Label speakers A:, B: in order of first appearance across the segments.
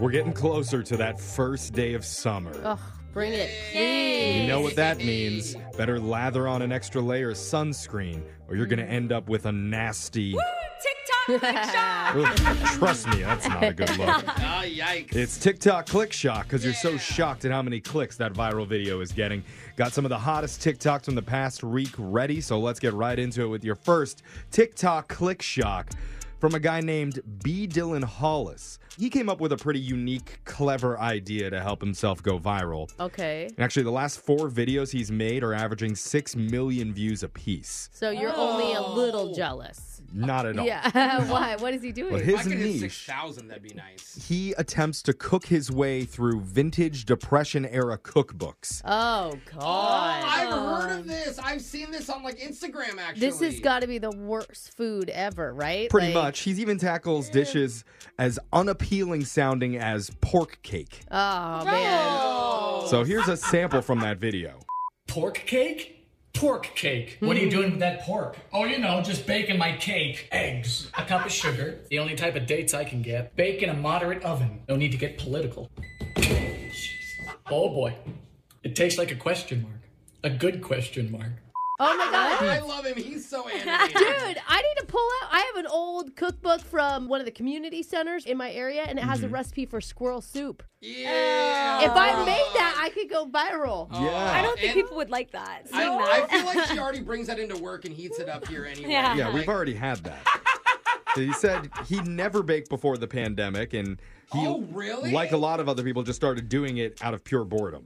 A: We're getting closer to that first day of summer.
B: Ugh, bring it.
A: You
B: Please.
A: know what that means. Better lather on an extra layer of sunscreen, or you're going to end up with a nasty.
C: TikTok click shop.
A: Ugh, Trust me, that's not a good look.
D: Ah, yikes.
A: It's TikTok click shock because you're so shocked at how many clicks that viral video is getting. Got some of the hottest TikToks from the past week ready, so let's get right into it with your first TikTok click shock from a guy named B. Dylan Hollis. He came up with a pretty unique, clever idea to help himself go viral.
B: Okay.
A: And actually, the last four videos he's made are averaging 6 million views apiece.
B: So you're only a little jealous.
A: Not at all.
B: Yeah. Why? What is he doing?
A: Well,
D: If I
A: his
D: could hit
A: niche.
D: 6,000, that'd be nice.
A: He attempts to cook his way through vintage Depression era cookbooks.
B: oh God.
D: I've heard of this. I've seen this on like Instagram actually.
B: This has got to be the worst food ever, right?
A: Pretty
B: Like-
A: much. He's even tackles dishes as unappealing sounding as pork cake.
B: Oh man.
A: So here's a sample from that video.
E: Pork cake? Pork cake. What are you doing with that pork? Hmm. Oh, you know, just baking my cake. Eggs. A cup of sugar. The only type of dates I can get. Bake in a moderate oven. No need to get political. Oh boy. It tastes like a question mark. A good question mark.
B: Oh my God.
D: I love him. He's so animated.
B: Dude, I need to pull out. I have an old cookbook from one of the community centers in my area, and it has
A: Mm-hmm.
B: a recipe for squirrel soup.
D: Yeah.
B: If I made that, I could go viral.
C: I
A: Yeah.
C: don't think
D: And-
C: people would like that.
D: I,
C: Seeing
D: I
C: that.
D: feel like she already brings that into work and heats it up here anyway.
C: Yeah.
A: Yeah, we've already had that. he said he never baked before the pandemic and he
D: Oh, really?
A: like a lot of other people just started doing it out of pure boredom.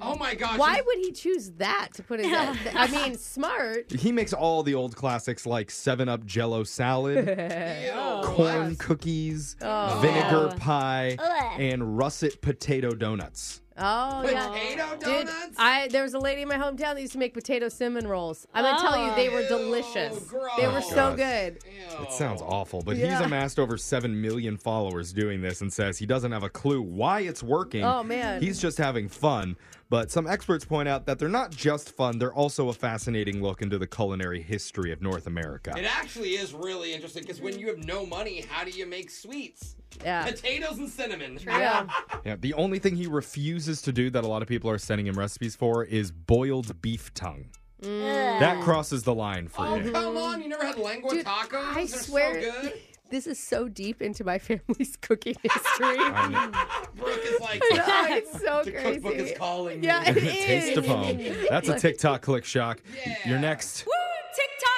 D: Oh my gosh.
B: Why
D: he's-
B: would he choose that to put in? I mean, smart.
A: He makes all the old classics like 7 Up Jello salad,
D: Ew.
A: corn cookies,
B: Oh.
A: vinegar pie, and russet potato donuts.
B: Oh yeah.
D: Potato
B: Dude,
D: donuts?
B: I there was a lady in my hometown that used to make potato cinnamon rolls. I'm gonna tell you, they were
D: Ew,
B: delicious. They were
D: Oh, gross.
B: so
A: Gosh.
B: good.
D: Ew.
A: It sounds awful, but he's
B: Yeah.
A: amassed over 7 million followers doing this and says he doesn't have a clue why it's working.
B: Oh, man.
A: He's just having fun. But some experts point out that they're not just fun, they're also a fascinating look into the culinary history of North America.
D: It actually is really interesting because when you have no money, how do you make sweets?
B: Yeah.
D: Potatoes and cinnamon.
B: Yeah.
A: Yeah, the only thing he refuses to do that a lot of people are sending him recipes for is boiled beef tongue. That crosses the line for
D: Oh,
A: him.
D: come on. You never had lengua
B: Dude,
D: tacos?
B: I
D: They're
B: swear-
D: so good.
B: This is so deep into my family's cooking history.
D: Brooke is like,
B: Oh, it's so
D: the
B: crazy.
D: cookbook is calling
B: Yeah,
D: me.
B: it is.
A: Taste of home. That's a TikTok click shock. You're next.
C: Woo!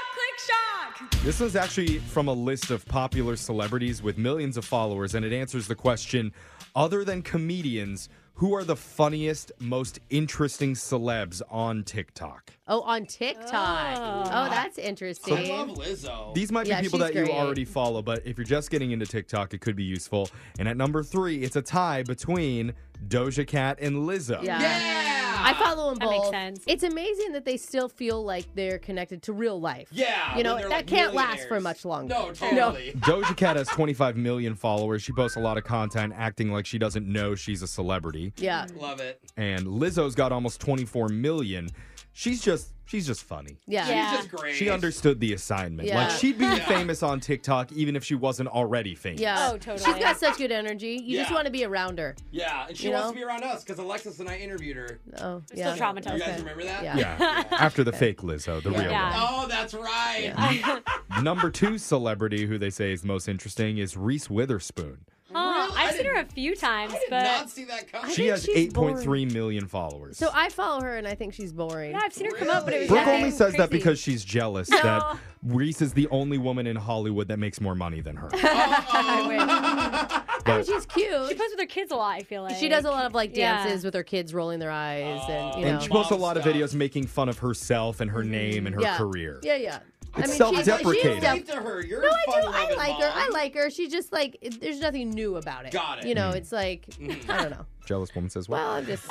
C: TikTok click shock.
A: This is actually from a list of popular celebrities with millions of followers, and it answers the question other than comedians, who are the funniest, most interesting celebs on TikTok?
B: Oh, on TikTok. Oh, that's interesting.
D: I love Lizzo.
A: These might be
B: Yeah,
A: people
B: she's
A: that you
B: great.
A: already follow, but if you're just getting into TikTok, it could be useful. And at number three, it's a tie between Doja Cat and Lizzo.
B: yeah.
D: yeah.
B: I follow them
C: That
B: both.
C: makes sense.
B: It's amazing that they still feel like they're connected to real life.
D: Yeah,
B: You know,
D: when they're,
B: that
D: like,
B: can't last for
D: millionaires.
B: much longer.
D: No, totally.
A: Doja Cat has 25 million followers. She posts a lot of content acting like she doesn't know she's a celebrity.
B: Yeah.
D: Love it.
A: And Lizzo's got almost 24 million. She's just she's just funny.
B: Yeah.
C: Yeah.
D: She's just great.
A: She understood the assignment.
B: Yeah.
A: Like she'd be famous on TikTok even if she wasn't already famous.
B: Yeah.
C: Oh, totally.
B: She's got such good energy. You just
D: Yeah.
B: want to be around her.
D: Yeah, and she
B: You
D: wants
B: know?
D: to be around us because Alexis and I interviewed her.
B: Oh,
C: Still
B: yeah.
C: traumatized.
D: You guys remember that?
B: Yeah.
A: Yeah. After the fake Lizzo, the real
C: Yeah.
A: one.
D: Oh, that's right.
A: Number two celebrity who they say is most interesting is Reese Witherspoon.
C: Huh,
D: Really? I
C: I've seen her a
D: didn't-
C: few times,
D: I did
C: but
D: not see that coming.
A: She
B: think
A: has
B: she's
A: 8.3 million followers.
B: So uh, I follow her and I think she's boring.
C: yeah, I've seen her come up, but it was
A: Brooke
C: nothing
A: only says that
C: crazy.
A: because she's jealous that Reese is the only woman in Hollywood that makes more money than her.
B: I wish. I mean, she's
C: she
B: cute.
C: plays with her kids a lot. I feel like
B: She does a lot of like
C: Yeah.
B: dances with her kids rolling their eyes and you know.
A: and she posts a
D: Mom
A: lot of
D: stuff.
A: videos making fun of herself and her name and her
B: yeah.
A: career.
B: Yeah, yeah.
A: It's
B: she's-
A: self-deprecating.
B: she's
A: Yeah.
D: Relate to her. You're
B: No,
D: a
B: I
D: fun
B: do. I
D: loving
B: like her.
D: mom.
B: I like her. She's just like it- there's nothing new about it.
D: Got it. Mm-hmm.
B: You
A: Mm-hmm.
B: know, it's like I don't know.
A: Jealous woman says,
B: Well,
A: well,
B: I'm just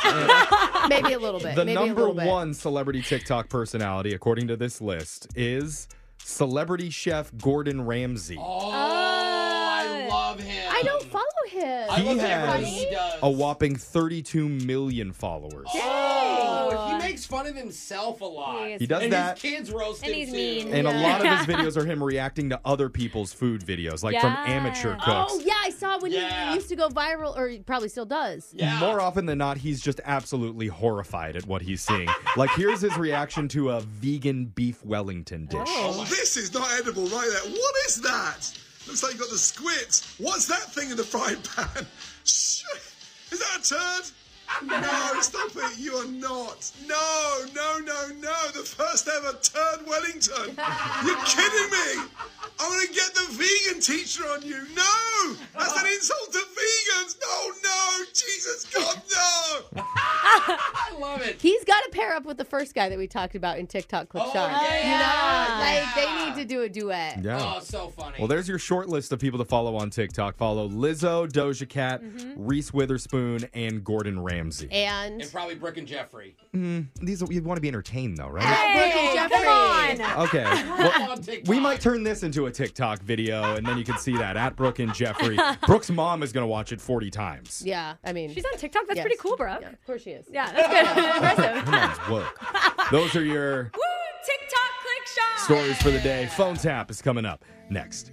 B: maybe a little bit.
A: the
B: maybe a
A: number
B: little bit.
A: one celebrity TikTok personality, according to this list, is celebrity chef Gordon Ramsay.
D: Oh, I love him.
B: I don't follow him.
D: I
A: He
D: love everything
A: has
D: he does.
A: a whopping 32 million followers.
D: Oh, he makes makes fun of himself a lot.
C: He is.
A: He does
D: and
A: that.
D: his kids roast
C: And
D: him
C: he's
D: too.
C: mean.
A: And a
B: Yeah.
A: lot of his videos are him reacting to other people's food videos, like from amateur
C: Yeah.
A: cooks.
B: Oh yeah, I saw when
D: Yeah.
B: he used to go viral, or he probably still does.
D: Yeah.
A: More often than not, he's just absolutely horrified at what he's seeing. like, here's his reaction to a vegan beef Wellington dish.
F: Oh, This is not edible right there. What is that? Looks like you've got the squirts. What's that thing in the frying pan? Sh- Is that a turd? No, stop it. You are not. No, no, no, no. The first ever turd Wellington. You're kidding me. I'm going to get the vegan teacher on you. No, that's an insult to vegans. No, no. Jesus, God, no.
D: I love it.
B: He's got to pair up with the first guy that we talked about in TikTok clip
D: Oh,
B: shot.
D: yeah,
B: You know,
D: yeah.
B: like they need to do a duet.
A: Yeah.
D: Oh, so funny.
A: Well, there's your short list of people to follow on TikTok. Follow Lizzo, Doja Cat, Reese Witherspoon, and Gordon Ramsay.
B: And
D: and probably Brooke and Jeffrey.
A: These are, you want to be entertained though, right?
B: Hey,
C: Hey,
B: Jeffrey.
C: come on.
A: Okay.
D: Brooke
A: Well,
D: on TikTok.
A: we might turn this into a TikTok video, and then you can see that at Brooke and Jeffrey. Brooke's mom is going to watch it 40 times.
B: yeah, I mean,
C: She's on TikTok. That's
B: Yes.
C: pretty cool, bro.
B: yeah,
C: Yeah,
B: of course she is.
C: that's good. Impressive.
A: Her mom's woke. Those are your
C: Woo! TikTok click shot.
A: stories for the day. Phone tap is coming up next.